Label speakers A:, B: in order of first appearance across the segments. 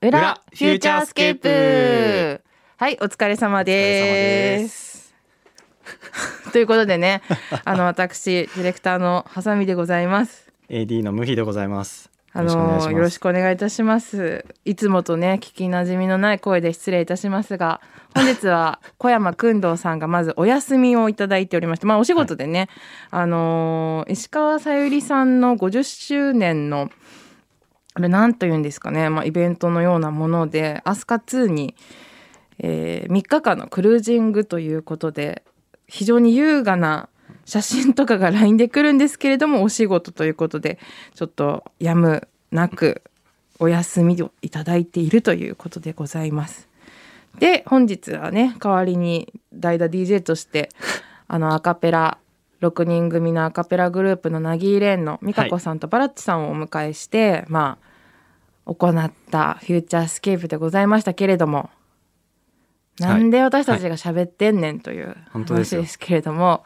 A: ューチャースケープ。はい、お疲れ様です。 ということでね、あの私ディレクターのハサミでございます。
B: AD のムヒでございます。
A: あのよろし
B: く
A: くお願いいたします。いつもとね、聞きなじみのない声で失礼いたしますが、本日は小山君堂さんがまずお休みをいただいておりまして、まあお仕事でね、あのー石川さゆりさんの50周年のあれなんというんですかね、まあイベントのようなもので、アスカ2に、え3日間のクルージングということで、非常に優雅な写真とかが LINE で来るんですけれどもお仕事ということでちょっとやむなくお休みをいただいているということでございます。で本日はね代わりに代打 DJ としてあのアカペラ6人組のアカペラグループのナギーレーンの美香子さんとバラッチさんをお迎えして、まあ行ったフューチャースケープでございましたけれどもなんで私たちが喋ってんねんという
B: 本当で
A: 話
B: すよ
A: ですけれども、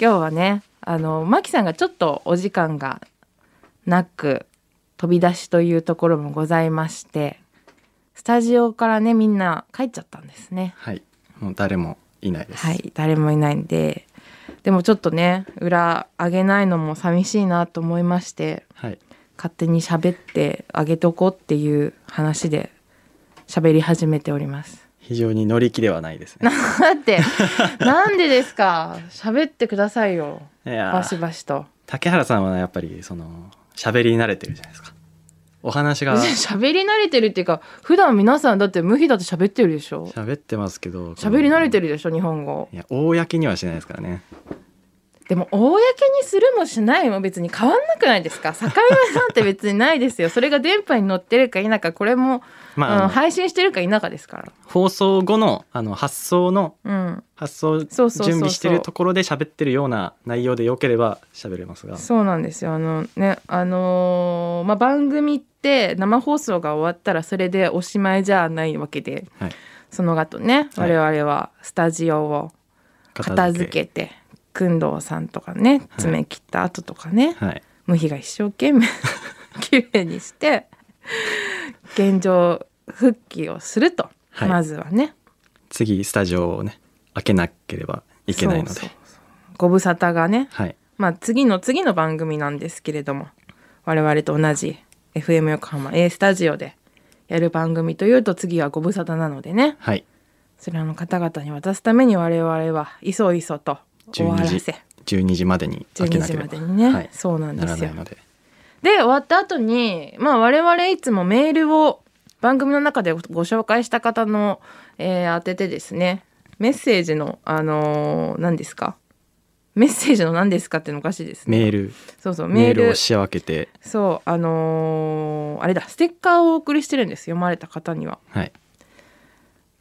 A: 今日はねあのマキさんがちょっとお時間がなく飛び出しというところもございましてスタジオからねみんな帰っちゃったんですね
B: はい、もう誰もいないです。
A: はい誰もいないんででもちょっとね裏上げないのも寂しいなと思いまして
B: はい、
A: 勝手に喋ってあげとこうっていう話で喋り始めております
B: 非常に乗り気ではないですね。
A: だってなんでですか喋ってくださいよ
B: いやー
A: バシバシと
B: 竹原さんはやっぱりその喋りに慣れてるじゃないですか。お 話が
A: 喋り慣れてるっていうか普段皆さんだって無比だと喋ってるでしょ
B: 喋ってますけど、
A: 喋り慣れて
B: る。
A: るでしょ日本語
B: いや、公にはしないですからね。
A: でも公にするもしないも別に変わんなくないですか境目なんて別にないですよそれが電波に乗ってるか否かこれも、
B: まあ、
A: うん
B: あの
A: 配信してるか否かですか
B: 放送後のあの発送の
A: らうん
B: 発送
A: そうそう
B: 準
A: そうそう
B: 備してるところで喋ってるような内容で良ければ喋れますが、
A: そうなんですよあのねあのーまあ番組って生放送が終わったらそれでおしまいじゃないわけで、
B: はい
A: その後ね
B: は
A: 我
B: い
A: 々はスタジオを片付けて工藤さんとかね爪切った後とかね、
B: はい。
A: 無比が一生懸命 綺麗にして現状復帰をすると、
B: はい
A: まずはね
B: 次スタジオをね開けなければいけないので、
A: そうそうそうご無沙汰がね、
B: はい。
A: まあ、次の次の番組なんですけれども我々と同じ FM 横浜 A スタジオでやる番組というと次はご無沙汰なのでね
B: はい。
A: それらの方々に渡すために我々はいそいそと終わら
B: 12
A: せ
B: 時12時までに開け
A: 12
B: なけ
A: 時
B: れば
A: までにね、
B: はい、
A: そうなん
B: な
A: で
B: ら
A: す
B: な
A: よ
B: いので
A: で終わった後にまあ我々いつもメールを番組の中でごご紹介した方の、えー当ててですねメッセージのあのー何ですかメッセージの何ですかっていうのおかしいですね。
B: メール
A: そうそうメ
B: メ
A: ー
B: ール
A: ル
B: を仕分けて
A: そうあのーあれだステッカーをお送りしてるんです読まれた方には。
B: はい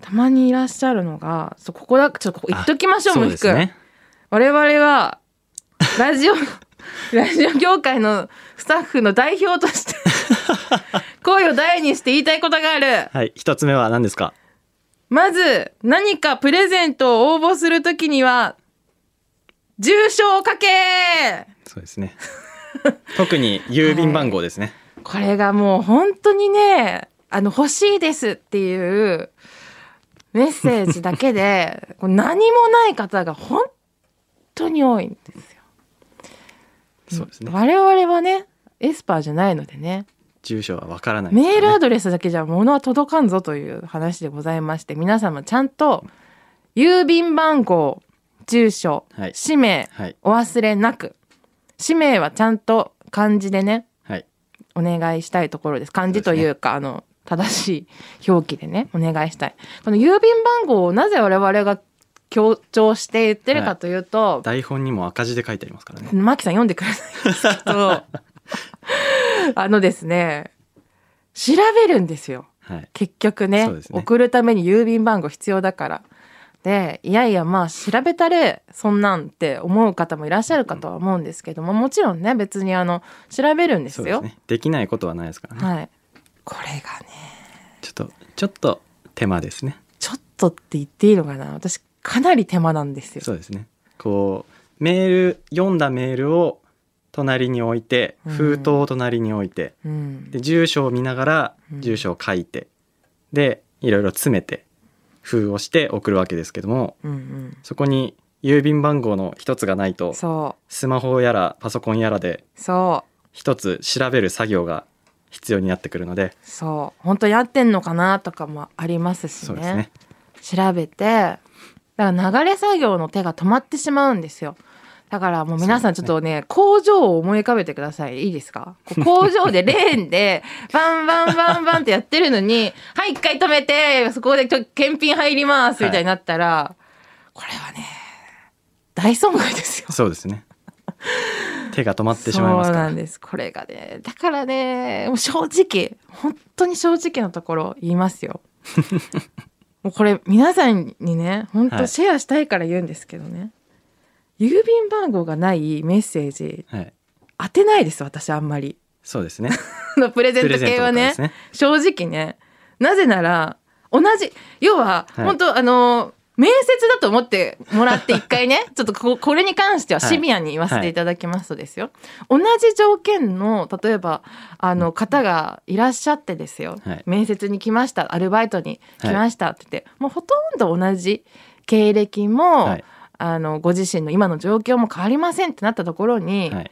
A: たまにいらっしゃるのがそうここだちょっとここ言っときましょう
B: そ
A: ム
B: う
A: ヒ
B: です
A: 君、
B: ね
A: 我々はラ ジオラジオ業界のスタッフの代表として 声を大にして言いたいことがある
B: はい一つ目は何ですか
A: まず何かプレゼントを応募するときには住所を書け
B: そうです ね特に郵便番号ですね、
A: これがもう本当にねあの欲しいですっていうメッセージだけ でこう何もない方が本当に多いんですよ。
B: そうですね
A: 我々はねエスパーじゃないのでね
B: 住所はわからないですね、
A: メールアドレスだけじゃ物は届かんぞという話でございまして皆様ちゃんと郵便番号住所、
B: はい
A: 氏名
B: はい
A: お忘れなく氏名はちゃんと漢字でね
B: はい
A: お願いしたいところです漢字というかあの正しい表記でねお願いしたいこの郵便番号をなぜ我々が強調して言ってるかというと、
B: 台本にも赤字で書いてありますからね
A: マキさん読んでくれないんですけ どあのですね調べるんですよ
B: はい
A: 結局ね
B: そうですね
A: 送るために郵便番号必要だからでいやいやまあ調べたれそんなんって思う方もいらっしゃるかとは思うんですけどももちろんね別にあの調べるんで
B: そ
A: す
B: うです
A: よ
B: ねできないことはないですからね、
A: はいこれがね
B: ちょっとちょっと手間ですね
A: ちょっとって言っていいのかな私かなり手間なんですよ
B: そうですねこうメール読んだメールを隣に置いて
A: うん
B: 封筒を隣に置いて、
A: うん
B: で住所を見ながら
A: うん
B: 住所を書いて、でいろいろ詰めて封をして送るわけですけども
A: うん
B: そこに郵便番号の一つがない
A: うん、
B: と
A: そ
B: スマホやらパソコンやらで
A: うそう
B: 一つ調べる作業が必要になってくるので
A: そう本当やってんのかなとかもありますし
B: そうですね
A: 調べてだから流れ作業の手が止まってしまうんですよだからもう皆さんち
B: そ
A: ょ
B: う
A: っ
B: です
A: とね工場を思い浮かべてくださいいいですかこう工場 でレーンでバンバンバンバンってやってるのに「はい一回止めてそこでちょ検品入ります」みたいになったら、これはね大損害ですよ。
B: そ うですね手が止まってしまいます
A: そう
B: か
A: な
B: ら
A: んですこれがねだからねもう正直本当に正直なところ言います よもうこれ皆さんにね本
B: は
A: 当
B: い
A: シェアしたいから言うんですけどね、郵便番号がないメッセージ
B: はい
A: 当てないです私あんまり
B: そうですね
A: あのプレゼント系は
B: プレゼ
A: ね
B: ントとかで すね
A: 正直ねなぜなら同じ要は、
B: はい
A: 本当あの面接だと思ってもらって一回 ねちょっとここれに関してはシビアに言わせていただきますとですよ、同じ条件の例えばあの方がいらっしゃってですよ、
B: はい
A: 面接に来ましたアルバイトに来ましたって言って、もうほとんど同じ経歴も、
B: はい
A: あのご自身の今の状況も変わりませんってなったところに、
B: はい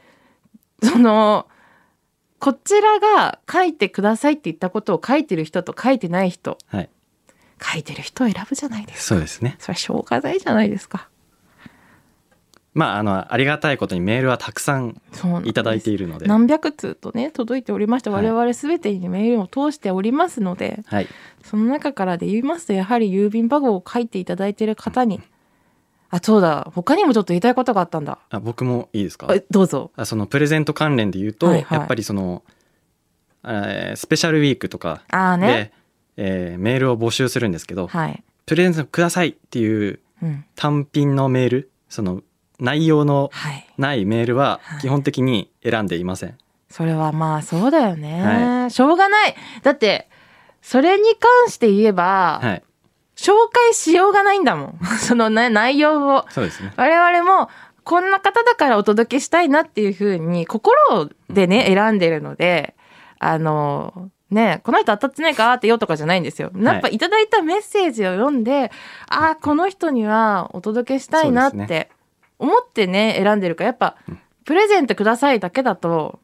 A: そのこちらが書いてくださいって言ったことを書いてる人と書いてない人
B: はい
A: 書いてる人を選ぶじゃないですか
B: そうですね
A: それは消化剤じゃないですか
B: まああのありがたいことにメールはたくさん
A: そうなんです
B: いただいているので
A: 何百通とね届いておりまして
B: はい
A: 我々全てにメールを通しておりますので、
B: はい
A: その中からで言いますとやはり郵便番号を書いていただいている方にあそうだ他にもちょっと言いたいことがあったんだ
B: あ僕もいいですか
A: えどうぞ
B: あそのプレゼント関連で言うと、
A: はいはい
B: やっぱりその、えースペシャルウィークとか
A: ああ
B: で、
A: ね
B: えーメールを募集するんですけど、
A: はい、
B: プレゼントくださいっていう
A: うん、
B: 単品のメールその内容の
A: はい
B: ないメールは
A: はい
B: 基本的に選んでいません、
A: それはまあそうだよね、
B: は
A: しょうがないだってそれに関して言えば、
B: はい
A: 紹介しようがないんだもん その、ね、内容を
B: そうですね
A: 我々もこんな方だからお届けしたいなっていうふうに心でね選んでるのであのねこの人当たってないかってよとかじゃないんですよ。やっぱいただいたメッセージを読んで、ああこの人にはお届けしたいなっ
B: そうです
A: て思ってね選んでるからやっぱ
B: うん
A: プレゼントくださいだけだと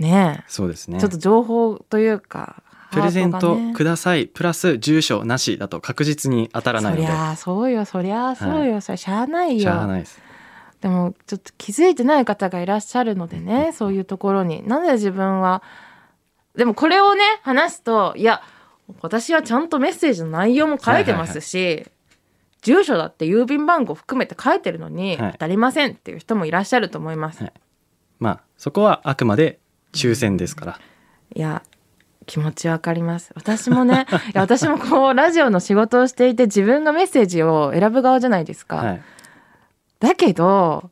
A: ね
B: そうです
A: え
B: ね
A: ちょっと情報というか
B: プレゼン
A: ハー
B: ト
A: がね
B: くださいプラス住所なしだと確実に当たらないの
A: そ
B: で
A: りゃあそうよそりゃあそうよ、そりゃしゃあない
B: し
A: よ
B: ゃあないです
A: でもちょっと気づいてない方がいらっしゃるのでねそういうところになぜ自分はでもこれをね話すといや私はちゃんとメッセージの内容も書いてますし、住所だって郵便番号含めて書いてるのに
B: はい
A: 当たりませんっていう人もいらっしゃると思います、
B: はいまあそこはあくまで抽選ですから、
A: いや気持ちわかります私もねいや私もこうラジオの仕事をしていて自分がメッセージを選ぶ側じゃないですか、
B: はい、
A: だけど、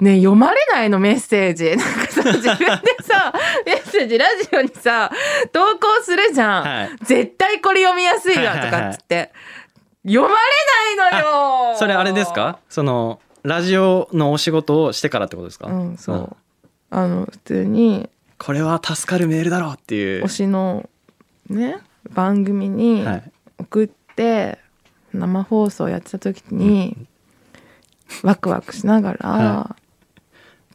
A: ね、読まれないのメッセージ。 なんかさ、自分で さ、メッセージラジオにさ、投稿するじゃん。
B: はい
A: 絶対これ読みやすいわ、
B: はいは
A: と
B: いはい
A: かっつって。読まれないのよ
B: それあれですかそのラジオのお仕事をしてからってことですか、
A: うん、そ
B: ん
A: う。あの、普通に、
B: これは助かるメールだろうっていう
A: 推しの、ね、番組に
B: はい、
A: 送って、生放送やってた時に、ワクワクしながら、
B: は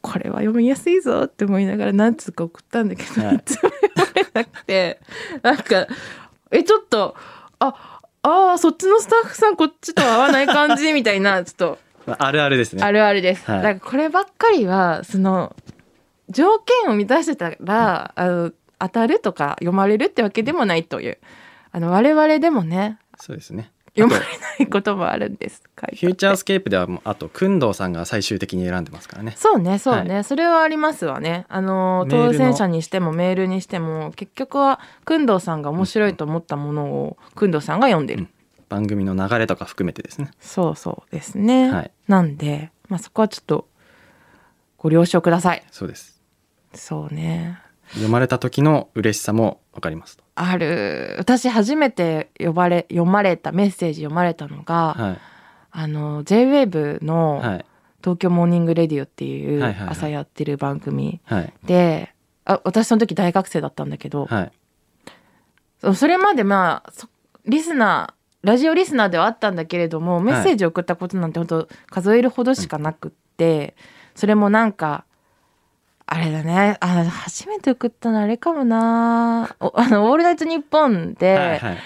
A: これは読みやすいぞって思いながら何通か送ったんだけど、
B: はい
A: い、つも読めなくてなんかえちょっとああーそっちのスタッフさんこっちと合わない感じみたい なちょっと
B: まああるあるですね
A: あるあるです。
B: はい
A: だからこればっかりはその条件を満たしてたら、あの当たるとか読まれるってわけでもないというあの我々でもね
B: そうですね
A: 読まれないこともあるんです。書いてあって
B: フューチャースケープではもうあと工藤さんが最終的に選んでますからね
A: そうねそうね、それはありますわねあのー
B: メールの
A: 当選者にしてもメールにしても結局は工藤さんが面白いと思ったものを工藤さんが読んでる、
B: うん番組の流れとか含めてですね
A: そうそうですね、
B: はい
A: なんで、まあ、そこはちょっとご了承ください
B: そうです
A: そうね
B: 読まれた時の嬉しさもわかりますと
A: ある私初めて呼ばれ読まれたメッセージ読まれたのが、
B: はい
A: あの JWAVE の
B: はい
A: 「東京モーニングレディオ」ってい
B: はいはいは
A: う
B: い
A: 朝やってる番組
B: はい
A: で、あ私その時大学生だったんだけど、
B: はい
A: そうそれまでまあそリスナーラジオリスナーではあったんだけれどもメッセージを送ったことなんて本当数えるほどしかなくって、それもなんかあれだねあ初めて送ったのあれかもなお あの「オールナイトニッポン」で、
B: はいはい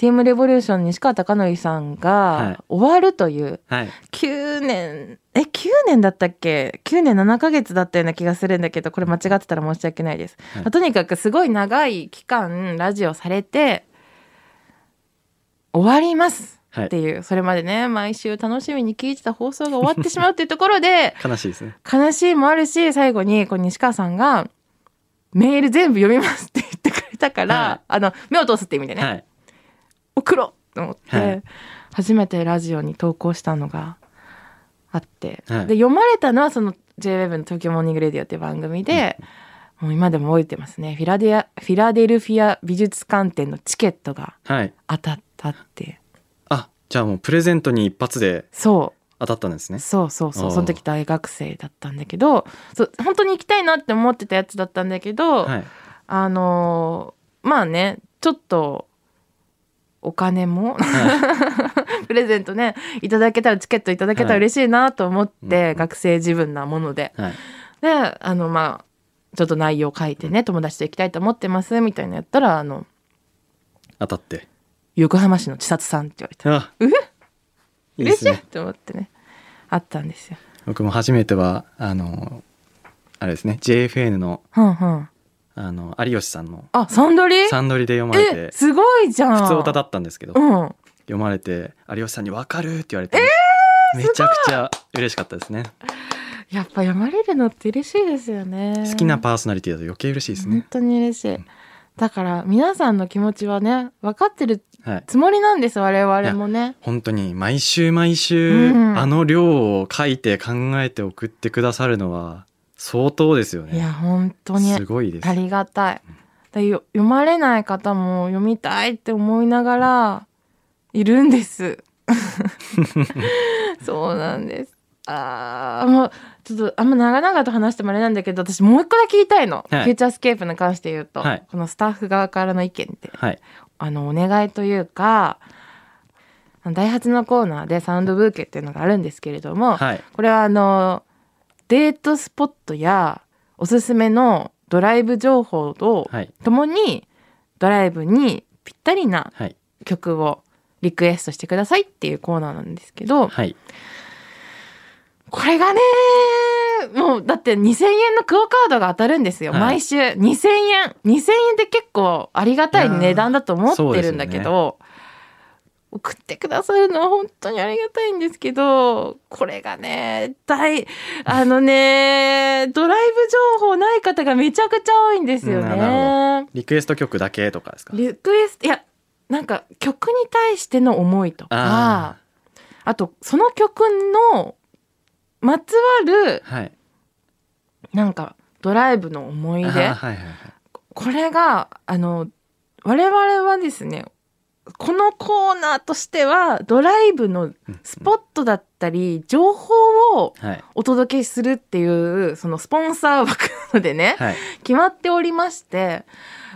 A: ティームレボリューション西川貴教さん
B: はい
A: が終わるという、
B: はい
A: 9年え9年だったっけ9年7ヶ月だったような気がするんだけどこれ間違ってたら申し訳ないです、
B: はい
A: まあとにかくすごい長い期間ラジオされて終わります
B: はい
A: っていう、それまでね毎週楽しみに聞いてた放送が終わってしまうっていうところで
B: 悲しいですね
A: 悲しいもあるし最後にこう西川さんが「メール全部読みます」って言ってくれたから、
B: はい
A: あの目を通すって意味でね、
B: はい
A: 送ろうと思って、
B: はい
A: 初めてラジオに投稿したのがあって、
B: はい
A: で読まれたのはその JWEB の「東京モーニングレディオ」っていう番組で、もう今でも覚えてますねフィラデアフィラデルフィア美術館展のチケットが
B: はい
A: 当たったって
B: あじゃあもうプレゼントに一発で
A: そ
B: 当たったんです
A: う
B: ね
A: そうそうそ
B: あ
A: う
B: ー
A: その時大学生だったんだけどそう本当に行きたいなって思ってたやつだったんだけど、
B: はい
A: あのーまあねちょっとお金も
B: は
A: プレゼントねいただけたらチケットいただけたら嬉しいなと思って、
B: はいうん
A: 学生自分なもので
B: いはい
A: であのまあちょっと内容書いてね友達と行きたいと思ってますみたいなのやったらあの
B: 当たって
A: 横浜市の千里さんって言われて
B: あいいで
A: 嬉
B: す
A: しい
B: ね
A: と思ってねあったんですよ。
B: 僕も初めてはあのあれですね JFN の
A: はんはん、
B: あの有吉さんの
A: あサンドリ
B: サンドリで読まれ
A: え
B: て
A: すごいじゃん
B: 普通歌だったんですけど
A: うん
B: 読まれて有吉さんに「わかる!」って言われて、めちゃくちゃ嬉しかったですね
A: やっぱ読まれるのって嬉しいですよね
B: 好きなパーソナリティだと余計嬉しいです
A: 本
B: ね、
A: 当に嬉しいだから皆さんの気持ちはね分かってる
B: はい
A: つもりなんです我々もね
B: 本当に毎週毎週、
A: うん
B: あの量を書いて考えて送ってくださるのは相当ですよ
A: い
B: ね
A: や本当に
B: すごいです
A: ありがたい。だよ読まれない方も読みたいって思いながらいるん です。そうなんです。ああもうちょっとあんま長々と話してもあれなんだけど私もう一個だけ言いたいの、
B: はい
A: フューチャースケープに関して言うと、
B: はい
A: このスタッフ側からの意見って
B: はい
A: あのお願いというかあのダイハツのコーナーでサウンドブーケっていうのがあるんですけれども、
B: はい
A: これはあのデートスポットやおすすめのドライブ情報と
B: はい
A: ともにドライブにぴったりな
B: はい
A: 曲をリクエストしてくださいっていうコーナーなんですけど
B: はい
A: これがねもうだって2000円のクオ・カードが当たるんですよ、
B: はい
A: 毎週2000円2000円って結構ありがたい値段だと思ってるんだけ
B: いやーそうです
A: ど、送ってくださるのは本当にありがたいんですけどこれがね大あの ねドライブ情報ない方がめちゃくちゃ多いんですよ
B: うんな
A: ね。
B: リクエスト曲だけとかですか
A: リクエストいやなんか曲に対しての思いとか
B: あ
A: あとその曲のまつわる
B: ーはい
A: なんかドライブの思い
B: あー
A: 出
B: はいはいはい
A: これがあの我々はですねこのコーナーとしてはドライブのスポ
B: ッ
A: ットだったり情報を
B: はい
A: お届けするっていうそのスポンサー枠なのでね
B: はい
A: 決まっておりまして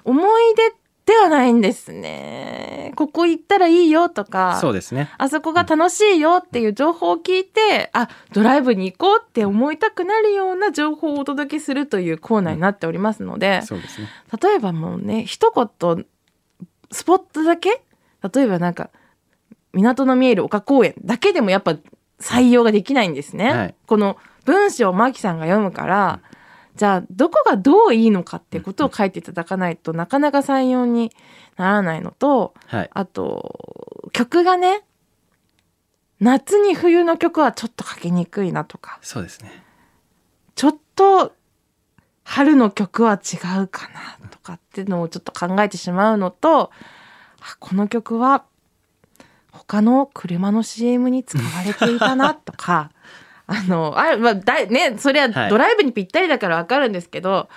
A: 思い出ではないんですね。ここ行ったらいいよとか
B: そうですね
A: あそこが楽しいよっていう情報を聞いて、あ、ドライブに行こうって思いたくなるような情報をお届けするというコーナーになっておりますので、
B: そうですね
A: 例えばもうね、一言、スポットだけ例えばなんか、港の見える丘公園だけでもやっぱ採用ができないんですね。
B: はい
A: この文章をマキさんが読むから、じゃあどこがどういいのかってことを書いていただかないとなかなか採用にならないのと、
B: はい
A: あと、曲がね、夏に冬の曲はちょっと書きにくいなとか、
B: そうですね
A: ちょっと春の曲は違うかなとかっていうのをちょっと考えてしまうのと、あこの曲は他の車の CM に使われていたなと か、あの、あまあ、だいね、それ
B: は
A: はいドライブにぴったりだからわかるんですけど、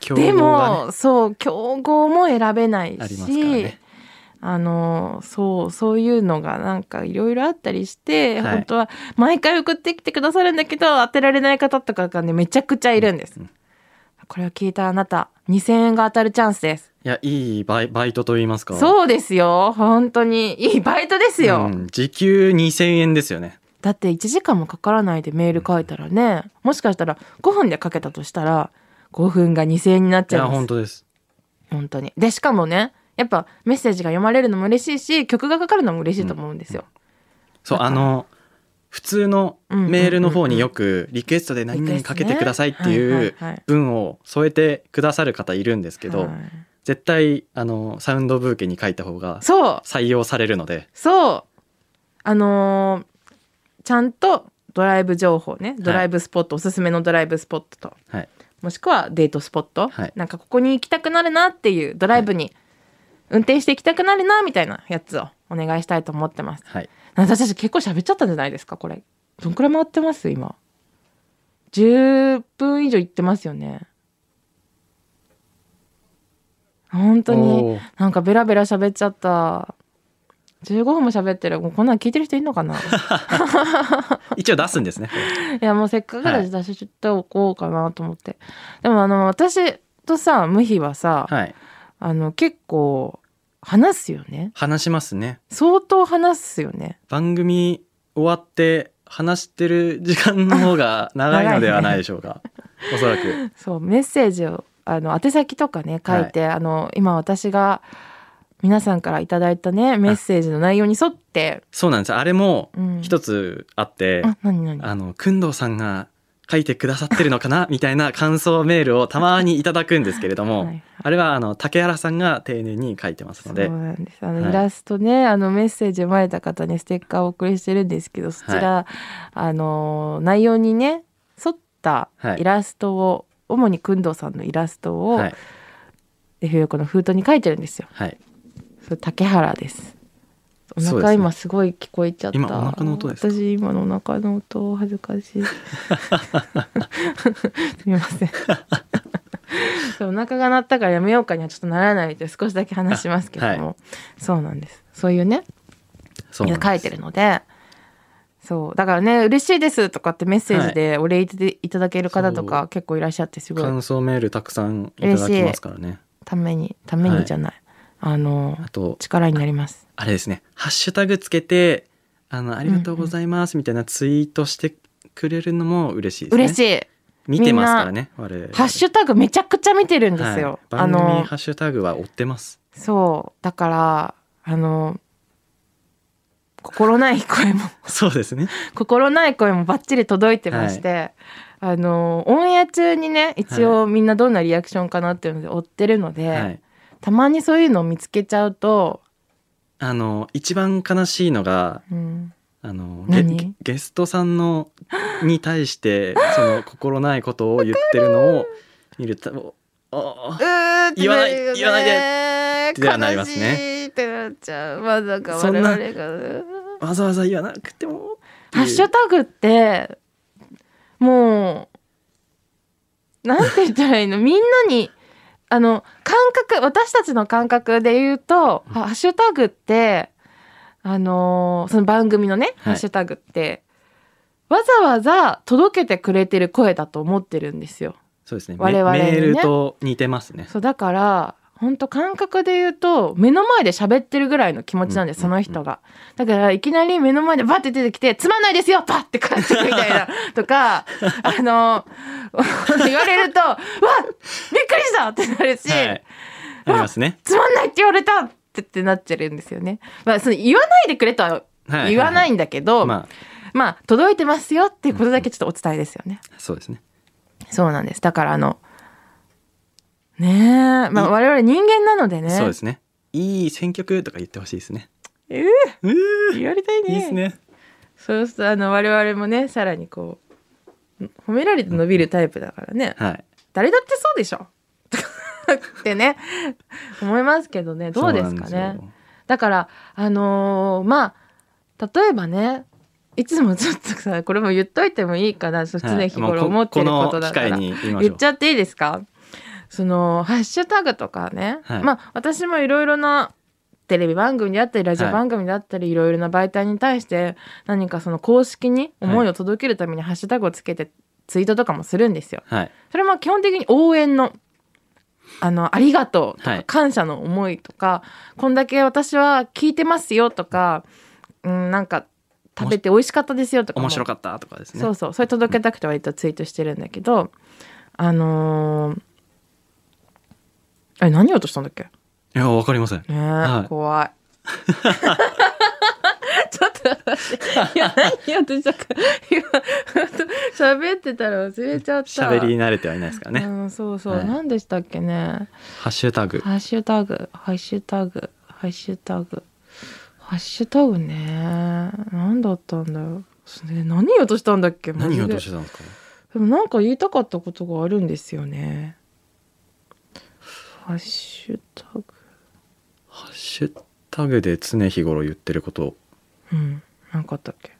B: 競
A: で
B: 合がね
A: も、そう、競合も選べないし、
B: ありますからね
A: あのそうそういうのがなんかいろいろあったりして、
B: はい
A: 本当は毎回送ってきてくださるんだけど当てられない方とかがねめちゃくちゃいるんです。
B: うん
A: これを聞いたあなた2000円が当たるチャンスです
B: いやいいバイバイトと言いますかう
A: そうですよ本当にいいバイトです
B: で
A: よ、
B: 時給2000円ですよね
A: だって1時間もかからないでメール書いたらねもしかしたら5分で書けたとしたら5分が2000円になっ
B: い
A: ちゃい
B: や
A: ます
B: 本当です
A: 本当にでしかもねやっぱメッセージが読まれるのも嬉しいし曲がかかるのも嬉しいと思うんですよ、
B: そう
A: だ
B: あ
A: から
B: の普通のメールの方によくリクエストで何々かけてくださいって
A: はいいうはいはい
B: 文を添えてくださる方いるんですけど
A: はい
B: 絶対あのサウンドブーケに書いた方が
A: そう
B: 採用されるので
A: そうあのーちゃんとドライブ情報ねドライブスポット、おすすめのドライブスポットと
B: はい
A: もしくはデートスポット、
B: はい
A: なんかここに行きたくなるなっていうドライブに運転して行きたくなるなみたいなやつをお願いしたいと思ってます
B: はい
A: 私たち結構喋っちゃったんじゃないですかこれどんくらい回ってます今10分以上行ってますよね本当に
B: おー
A: なんかベラベラ喋っちゃった15分も喋ってるもうこんなん聞いてる人いんのか ない
B: 一応出すんですね
A: やもうせっかくだ
B: はい
A: し出しておこうかなと思って、でもあの私とさムヒはさ、
B: はい
A: あの結構話すよね
B: 話しますね
A: 相当話すよね
B: 番組終わって話してる時間の方が長いのではないでしょうか、おそらく
A: そうメッセージをあの宛先とかね書いて、あの今私が皆さんからいただいたねメッセージの内容に沿って、
B: そうなんですあれも
A: うん、
B: 一つあって、
A: あ何何
B: あの工藤さんが書いてくださってるのかなみたいな感想メールをたまにいただくんですけれども、
A: はいはい
B: あれはあの竹原さんが丁寧に書いてます
A: そう
B: ので
A: なんですあの、
B: はい
A: イラストねあのメッセージ読まれた方にステッカーをお送りしてるんですけどそちら、あの内容にね沿った
B: はい
A: イラストを、主に工藤さんのイラストを、
B: はい、
A: でふよこの封筒に書いてるんですよ。
B: はい、
A: それ竹原です。お
B: そうです
A: 腹
B: ね
A: 今すごい聞こえちゃった。
B: 今お腹の音ですか
A: 私今のお腹の音恥ずかしい。す みません。そうお腹が鳴ったからやめようかにはちょっとならないで少しだけ話しますけども、そうなんです。そういうね
B: そうなんです
A: 書いてるので。そうだからね嬉しいですとかってメッセージでお礼いただける方と
B: そ
A: か結構いらっしゃってすごい
B: 感想メールたくさんいただきますからね
A: ためにためにじゃない、あの
B: あと
A: 力になります
B: あれですね、ハッシュタグつけて、あの、ありがとうございますみたいなツイートしてくれるのも嬉しいですね。
A: 嬉し
B: い。
A: い
B: 見てますからね、我々。
A: ハッシュタグめちゃくちゃ見てるんですよ。
B: はい
A: あ
B: 番組
A: の
B: ハッシュタグは追ってます。
A: そうだからあの心ない声も
B: そうですね。
A: 心ない声もバッチリ届いてまして、あのオンエア中にね一応みんなどんなリアクションかなっていうので追ってるので、
B: はい。
A: たまにそういうのを見つけちゃうと、
B: あの、一番悲しいのが、
A: うん、
B: あの、ゲ
A: 何
B: ゲゲストさんの、に対 して、その、心ないことを言ってるのを見ると、おお言わない言わない
A: で
B: ってはなりますね
A: 悲しいってなっちゃうまさか
B: そ
A: 我
B: んな
A: 々が。
B: わざわざ言わなくてもって
A: ハ
B: いう。
A: ッシュタグってもうなんて言ったらいいのみんなにあの感覚私たちの感覚で言うとハッシュタグってあのーその番組のね、ハッシュタグってわざわざ届けてくれてる声だと思ってるんですよ。
B: そうですね。
A: 我々にね
B: メメールと似てますね。
A: そうだから本当感覚で言うと目の前で喋ってるぐらいの気持ちなんで
B: うん
A: す、その人が、だからいきなり目の前でバッて出てきて「つまんないですよパッ!」て感じるみたい なとかあの 言われると「うわびっくりした!」ってなるし、
B: はい。ありますね。
A: つまんないって言われた!」ってってなっちゃうんですよね。まあ、その言わないでくれとは
B: はい。。
A: 言わないいんだけど、
B: ま
A: まあ届いてますよっていうことだけちょっとお伝えですよね。
B: あ、そうですね。
A: そうなんですだからあのねえ、まあ、我々人間なのでね
B: そうですね。いい選曲とか言ってほしいですね。
A: えー
B: うー
A: 言われたい
B: いい
A: ね。
B: ですね。
A: そうするとあの我々もねさらにこう褒められて伸びるタイプだからね、
B: はい。
A: 誰だってそうでしょ ってね思いますけどねどうですか
B: そうなん
A: ね
B: よ。
A: だからあのーまあ例えばねいつもちょっとさこれも言っといてもいいかなそう常
B: はい
A: 日頃思ってる
B: もう
A: ことだから、
B: この機会に言いまし
A: 言
B: ょ
A: っ
B: う
A: ち。ゃっていいですかそのハッシュタグとかね、
B: はい
A: まあ私もいろいろなテレビ番組であったりラジオ
B: はい
A: 番組であったり、いろいろな媒体に対して何かその公式に思いを届けるためにハッシュタグをつけてツイートとかもするんですよ。
B: はい
A: それも基本的に応援のあのありがとうと
B: は
A: か
B: い
A: 感謝の思いとか、こんだけ私は聞いてますよとか、うん、なんか食べて美味しかったですよとかも
B: 面白かったとかですね
A: そうそうそれ届けたくて割とツイートしてるんだけどあのー、あれ何をとしたんだっけ
B: いやわかりません
A: ねえ、
B: はい
A: 怖いちょっと私い や何をとしたか今喋ってたら忘れちゃった
B: 喋り慣れてはいないですからね、
A: うん、そうそう、
B: はい
A: 何でしたっけね。
B: ハッシュタグ
A: ハッシュタグ、ハッシュタグ、ハッシュタグ。ハッシュタグね、何だったんだよ。それ何言おうとしたんだっけ。マジ
B: 何
A: で
B: をどうしてたんですか
A: でも、なんか言いたかったことがあるんですよね。ハッシュタグ。
B: ハッシュタグで常日頃言ってること
A: うん、なんかあったっけ。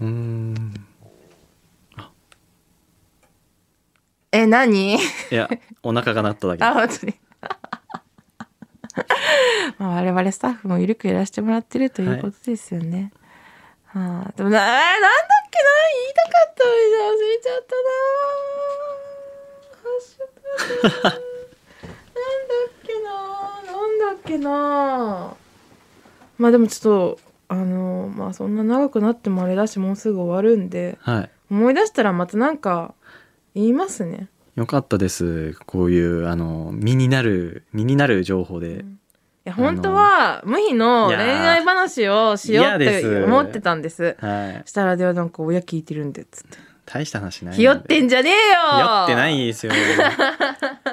B: うーん
A: え、何。
B: い やお腹が鳴っただけ
A: あ、本当に。 まあ、我々スタッフもゆるくやらせてもらってるということですよね。はあ、でもな、えーなんだっけな、言いたかったのにな忘れちゃったな。ハッシュタグなんだっけな、なんだっけな。まあ、でも、ちょっと、あの、まあ、そんな長くなってもあれだし、もうすぐ終わるんで。
B: はい
A: 思い出したら、またなんか、言いますね。
B: よかったですこういうあの身になる身になる情報で、
A: いや本当は無比の
B: い
A: 恋
B: やー
A: 愛話をしようっ
B: 嫌で
A: て
B: す
A: 思ってたんです。
B: はい
A: したらではなんか親聞いてるんでっつって。
B: 大した話ないので
A: ひよってんじゃねえよ
B: ひよってないですよ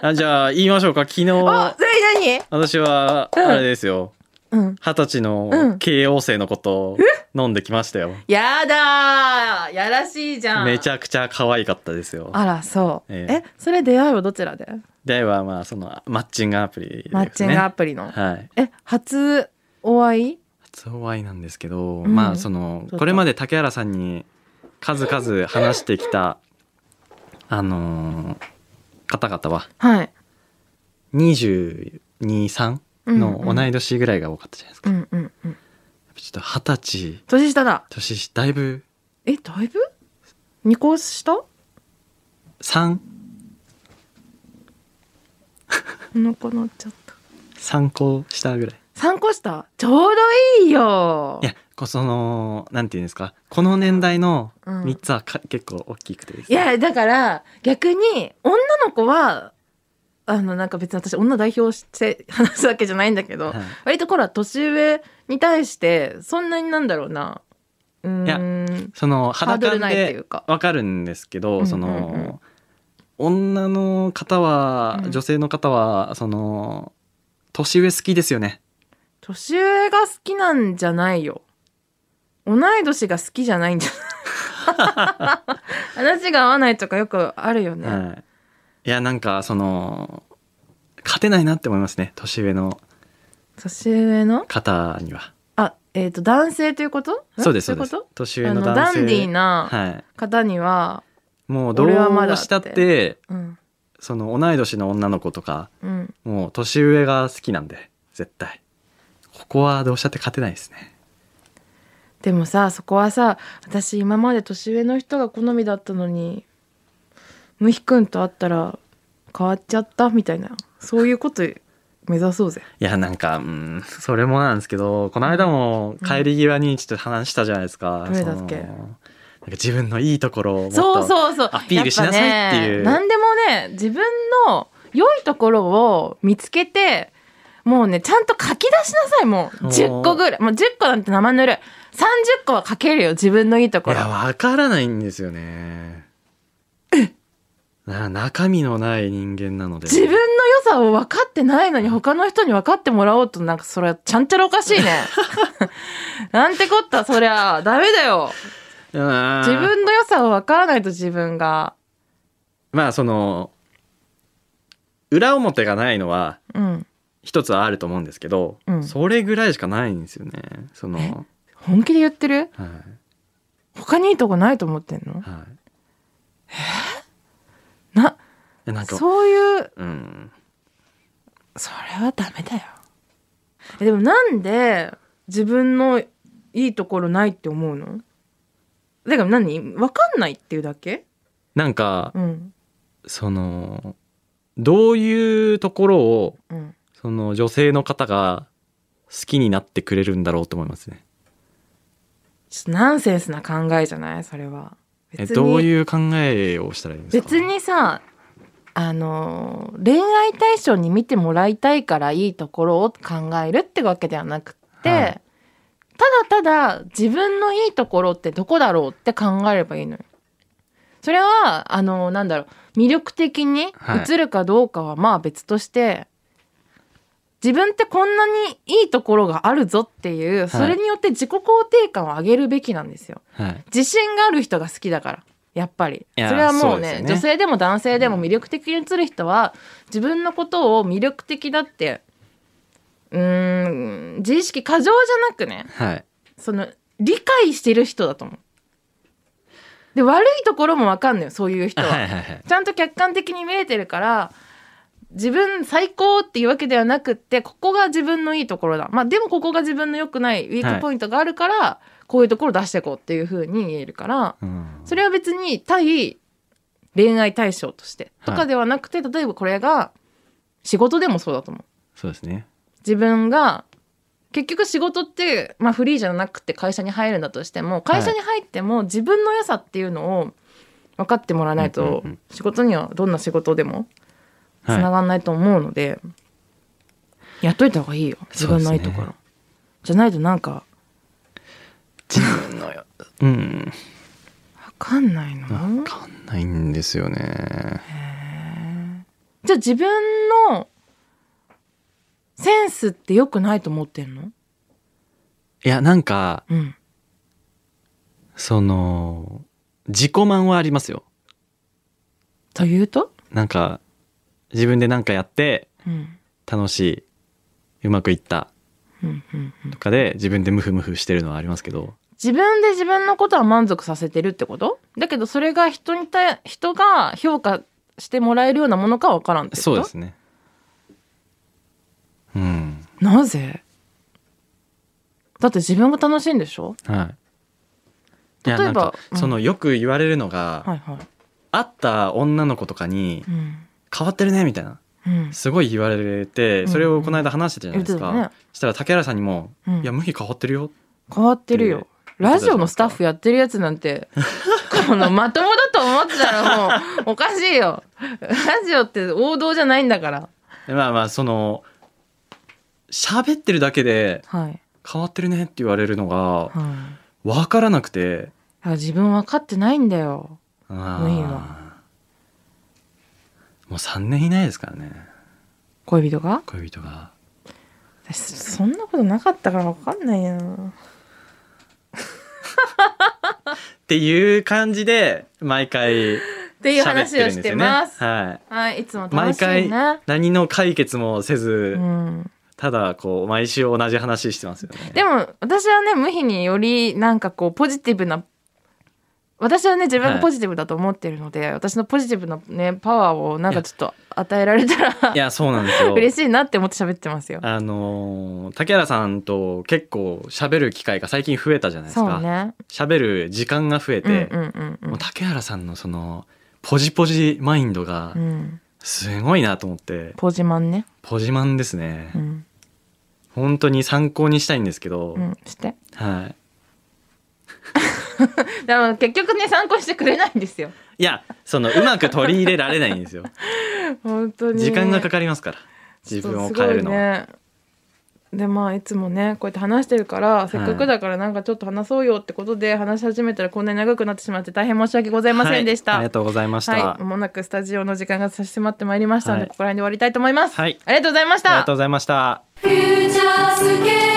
B: あじゃあ言いましょうか昨
A: あ
B: 日、
A: それ
B: 私は
A: うん
B: あれですよ
A: 何うん。
B: 二十歳
A: うん
B: の慶応生のことを飲んできましたよ、
A: やだーやらしいじゃん。
B: めち
A: ゃ。
B: ゃくちゃ可愛かったですよ
A: あら、そう。
B: え
A: え
B: え
A: それ出会いはどちらで
B: ではまあそのマッチングアプリですね
A: マッチングアプリの。
B: はい
A: え、初お会い
B: 初お会いなんですけど、
A: うん
B: まあその
A: そうか
B: これまで竹原さんに数々話してきたあのー方々は
A: はい。
B: 223の
A: うんうん
B: 同い年ぐらいが多かったじゃないですか、
A: うんうんうん。
B: やっぱちょっと二十歳
A: 年下だ。
B: 年下だいぶ
A: え、だいぶ ?2 個下こ
B: 3
A: の子乗っちゃった。
B: 参考したぐらい
A: 3個下ちょうどいいよ
B: いやこそのなんていうんですかこの年代の
A: うん
B: 3つはか、結構大きくてです
A: い
B: ね
A: や、だから、逆に、女の子は、あの、なんか別に私、女代表して話すわけじゃないんだけど、
B: はい
A: 割とこら、年上に対して、そんなになんだろうな。う
B: や
A: ーん。
B: その
A: ハード
B: 裸
A: ルないって
B: で
A: いうか。
B: わかるんですけど、
A: うんうん
B: その女の方は、
A: うん
B: 女性の方はその年上好きですよね
A: 年上が好きなんじゃないよ。同い年が好きじゃないんじゃ ない話が合わないとかよくあるよね。
B: はいいやなんかその勝てないなって思いますね年上の
A: 年上の
B: 方には
A: あ、えっ、と、男性ということん
B: そうですそうで
A: い
B: す
A: こ
B: 年
A: と
B: 上
A: あ
B: の
A: の、
B: 男
A: ダ
B: 性
A: ンディーな
B: はい
A: 方には、
B: もうどう
A: 俺はまだって
B: したって
A: うん。
B: その同い年の女の子とか
A: うん。
B: もう年上が好きなんで絶対ここはどうしたって勝てないですね
A: でもさそこはさ私今まで年上の人が好みだったのにムヒ君と会ったら変わっちゃったみたいなそういうこと目指そうぜ
B: いやなんかうんそれもなんですけどこの間も帰り際にちょっと話したじゃないですか、
A: うんどれだっけ
B: そのなんか自分のいいところをもっと
A: そうそうそう
B: アピールしなさいってい
A: や
B: う
A: ぱね何でもね自分の良いところを見つけてもうねちゃんと書き出しなさいもう
B: おー
A: 10個ぐらいもう10個なんて生ぬるい30個は書けるよ自分のいいと
B: い
A: ころ
B: やわからないんですよねな中身のない人間なので
A: 自分の良さを分かってないのに他の人に分かってもらおうとなんかそれはちゃんちゃらおかしいね。 なんてこったそりゃダメだよ。
B: うん
A: 自分の良さを分からないと自分が。
B: まあその裏表がないのは
A: うん。
B: 一つはあると思うんですけど、
A: うん
B: それぐらいしかないんですよねその
A: 本気で言ってる
B: はい
A: 他にいいとこないと思ってんの
B: はい
A: な、
B: えなんか
A: そういう、
B: うん
A: それはダメだよ。えでもなんで自分のいいところないって思うのだから何わかんないっていうだけ
B: なんか
A: うん
B: そのどういうところを
A: うん
B: その女性の方が好きになってくれるんだろうと思いますね。
A: ちょっとナンセンスな考えじゃないそれは
B: え
A: 別に
B: どういう考えをしたらいいんですか
A: 別にさあの恋愛対象に見てもらいたいからいいところを考えるってわけではなくって、
B: はい
A: ただただ自分のいいところってどこだろうって考えればいいのよ。それはあのなんだろう魅力的に
B: はい
A: 映るかどうかはまあ別として、自分ってこんなにいいところがあるぞっていうそれによって自己肯定感を上げるべきなんですよ。
B: はい
A: 自信がある人が好きだからやっぱり
B: いや
A: それはもう
B: そうです
A: ね
B: よね
A: 女性でも男性でも魅力的に映る人は自分のことを魅力的だってうーん自意識過剰じゃなくね
B: はい
A: その理解してる人だと思うで悪いところも分かんのよそういう人
B: はいは
A: はい
B: はい
A: ちゃんと客観的に見えてるから自分最高っていうわけではなくってここが自分のいいところだまあでもここが自分の良くないウィークポイントがあるから、こういうところ出していこうっていう風に言えるから
B: うん
A: それは別に対恋愛対象としてとかではなくて、例えばこれが仕事でもそうだと思う
B: そうですね。
A: 自分が結局仕事って、まあ、フリーじゃなくて会社に入るんだとしても会社に入っても自分の良さっていうのを分かってもらわない
B: うんう
A: と
B: んうん
A: 仕事にはどんな仕事でもつ
B: はい
A: ながんないと思うので、やっといた方がいいよ自分のいいとこ
B: そう
A: ろ、
B: ですね
A: じゃないとなんか
B: 自分のよ、うん、
A: 分かんないの
B: わかんないんですよね。
A: じゃあ自分のセンスって良くないと思ってんの
B: いやなんか
A: うん
B: その自己満はありますよ。
A: というと、
B: なんか自分で何かやって
A: うん
B: 楽しい、うまくいった
A: うんうんうん
B: とかで自分でムフムフしてるのはありますけど、
A: 自分で自分のことは満足させてるってことだけどそれが人に対人が評価してもらえるようなものかわからんってこと
B: そうですね。うん、
A: なぜだって自分が楽しいんでしょ
B: はい。いや
A: 例えば
B: なんか、
A: うん
B: そのよく言われるのが、
A: はいはい
B: 会った女の子とかに
A: うん
B: 変わってるねみたいな
A: うん
B: すごい言われ
A: う
B: て
A: ん
B: それをこの間話してたじゃないです
A: 言ってた
B: か
A: ね。
B: そしたら竹原さんにも
A: うん
B: いや、向き変わってるよ。
A: 変わってるよラジオのスタッフやってるやつなんてこのまともだと思ってたらも うおかしいよラジオって王道じゃないんだから
B: まあまあ、その、喋ってるだけで
A: はい
B: 変わってるねって言われるのが
A: はいだか
B: 分からなくて。
A: ら自分分かってないんだよ
B: あ
A: 無理よ
B: あ。もう3年以内ですからね、
A: 恋人が
B: 恋人が。
A: 私そんなことなかったから分かんないな
B: っていう感じで、毎回
A: っていう
B: 喋っ
A: 話
B: て
A: を
B: るん
A: し
B: です
A: て
B: よね。
A: ます
B: はい。
A: はいいつも楽
B: 毎
A: しい
B: 回
A: ね
B: 何の解決もせず、
A: うん、
B: ただこう毎週同じ話してますよね。
A: でも私はね無比によりなんかこうポジティブな私はね自分がポジティブだと思ってるので、私のポジティブなねパワーをなんかちょっと与えられたら
B: いやそうなんです よ。
A: 嬉しいなって思って喋ってますよ。
B: あのー竹原さんと結構喋る機会が最近増えたじゃないです
A: そう
B: か。
A: ね。
B: 喋、る時間が増え
A: うん
B: て、
A: うんうんうん
B: もう竹原さんのそのポジポジマインドが
A: うん。
B: すごいなと思って、
A: ポジマンね。
B: ポジマンですね、
A: うん。
B: 本当に参考にしたいんですけど、
A: うん、して。
B: はい。
A: でも結局ね参考してくれないんですよ。
B: いやそのうまく取り入れられないんですよ。
A: 本当に。
B: 時間がか
A: か
B: かりますから自分を変えるのは。
A: ね。でまあいつもねこうやって話してるからせっかくだからなんかちょっと話そうよってことで話し始めたらこんなに長くなってしまって大変申し訳ございませんでし
B: はい
A: た。
B: ありがとうございました。
A: はい、まもなくスタジオの時間が差し迫ってまいりましたので、
B: はい
A: ここら辺で終わりたいと思います。
B: はい
A: ありがとうございました。
B: ありがとうございました。
C: 「フューチャースケープ」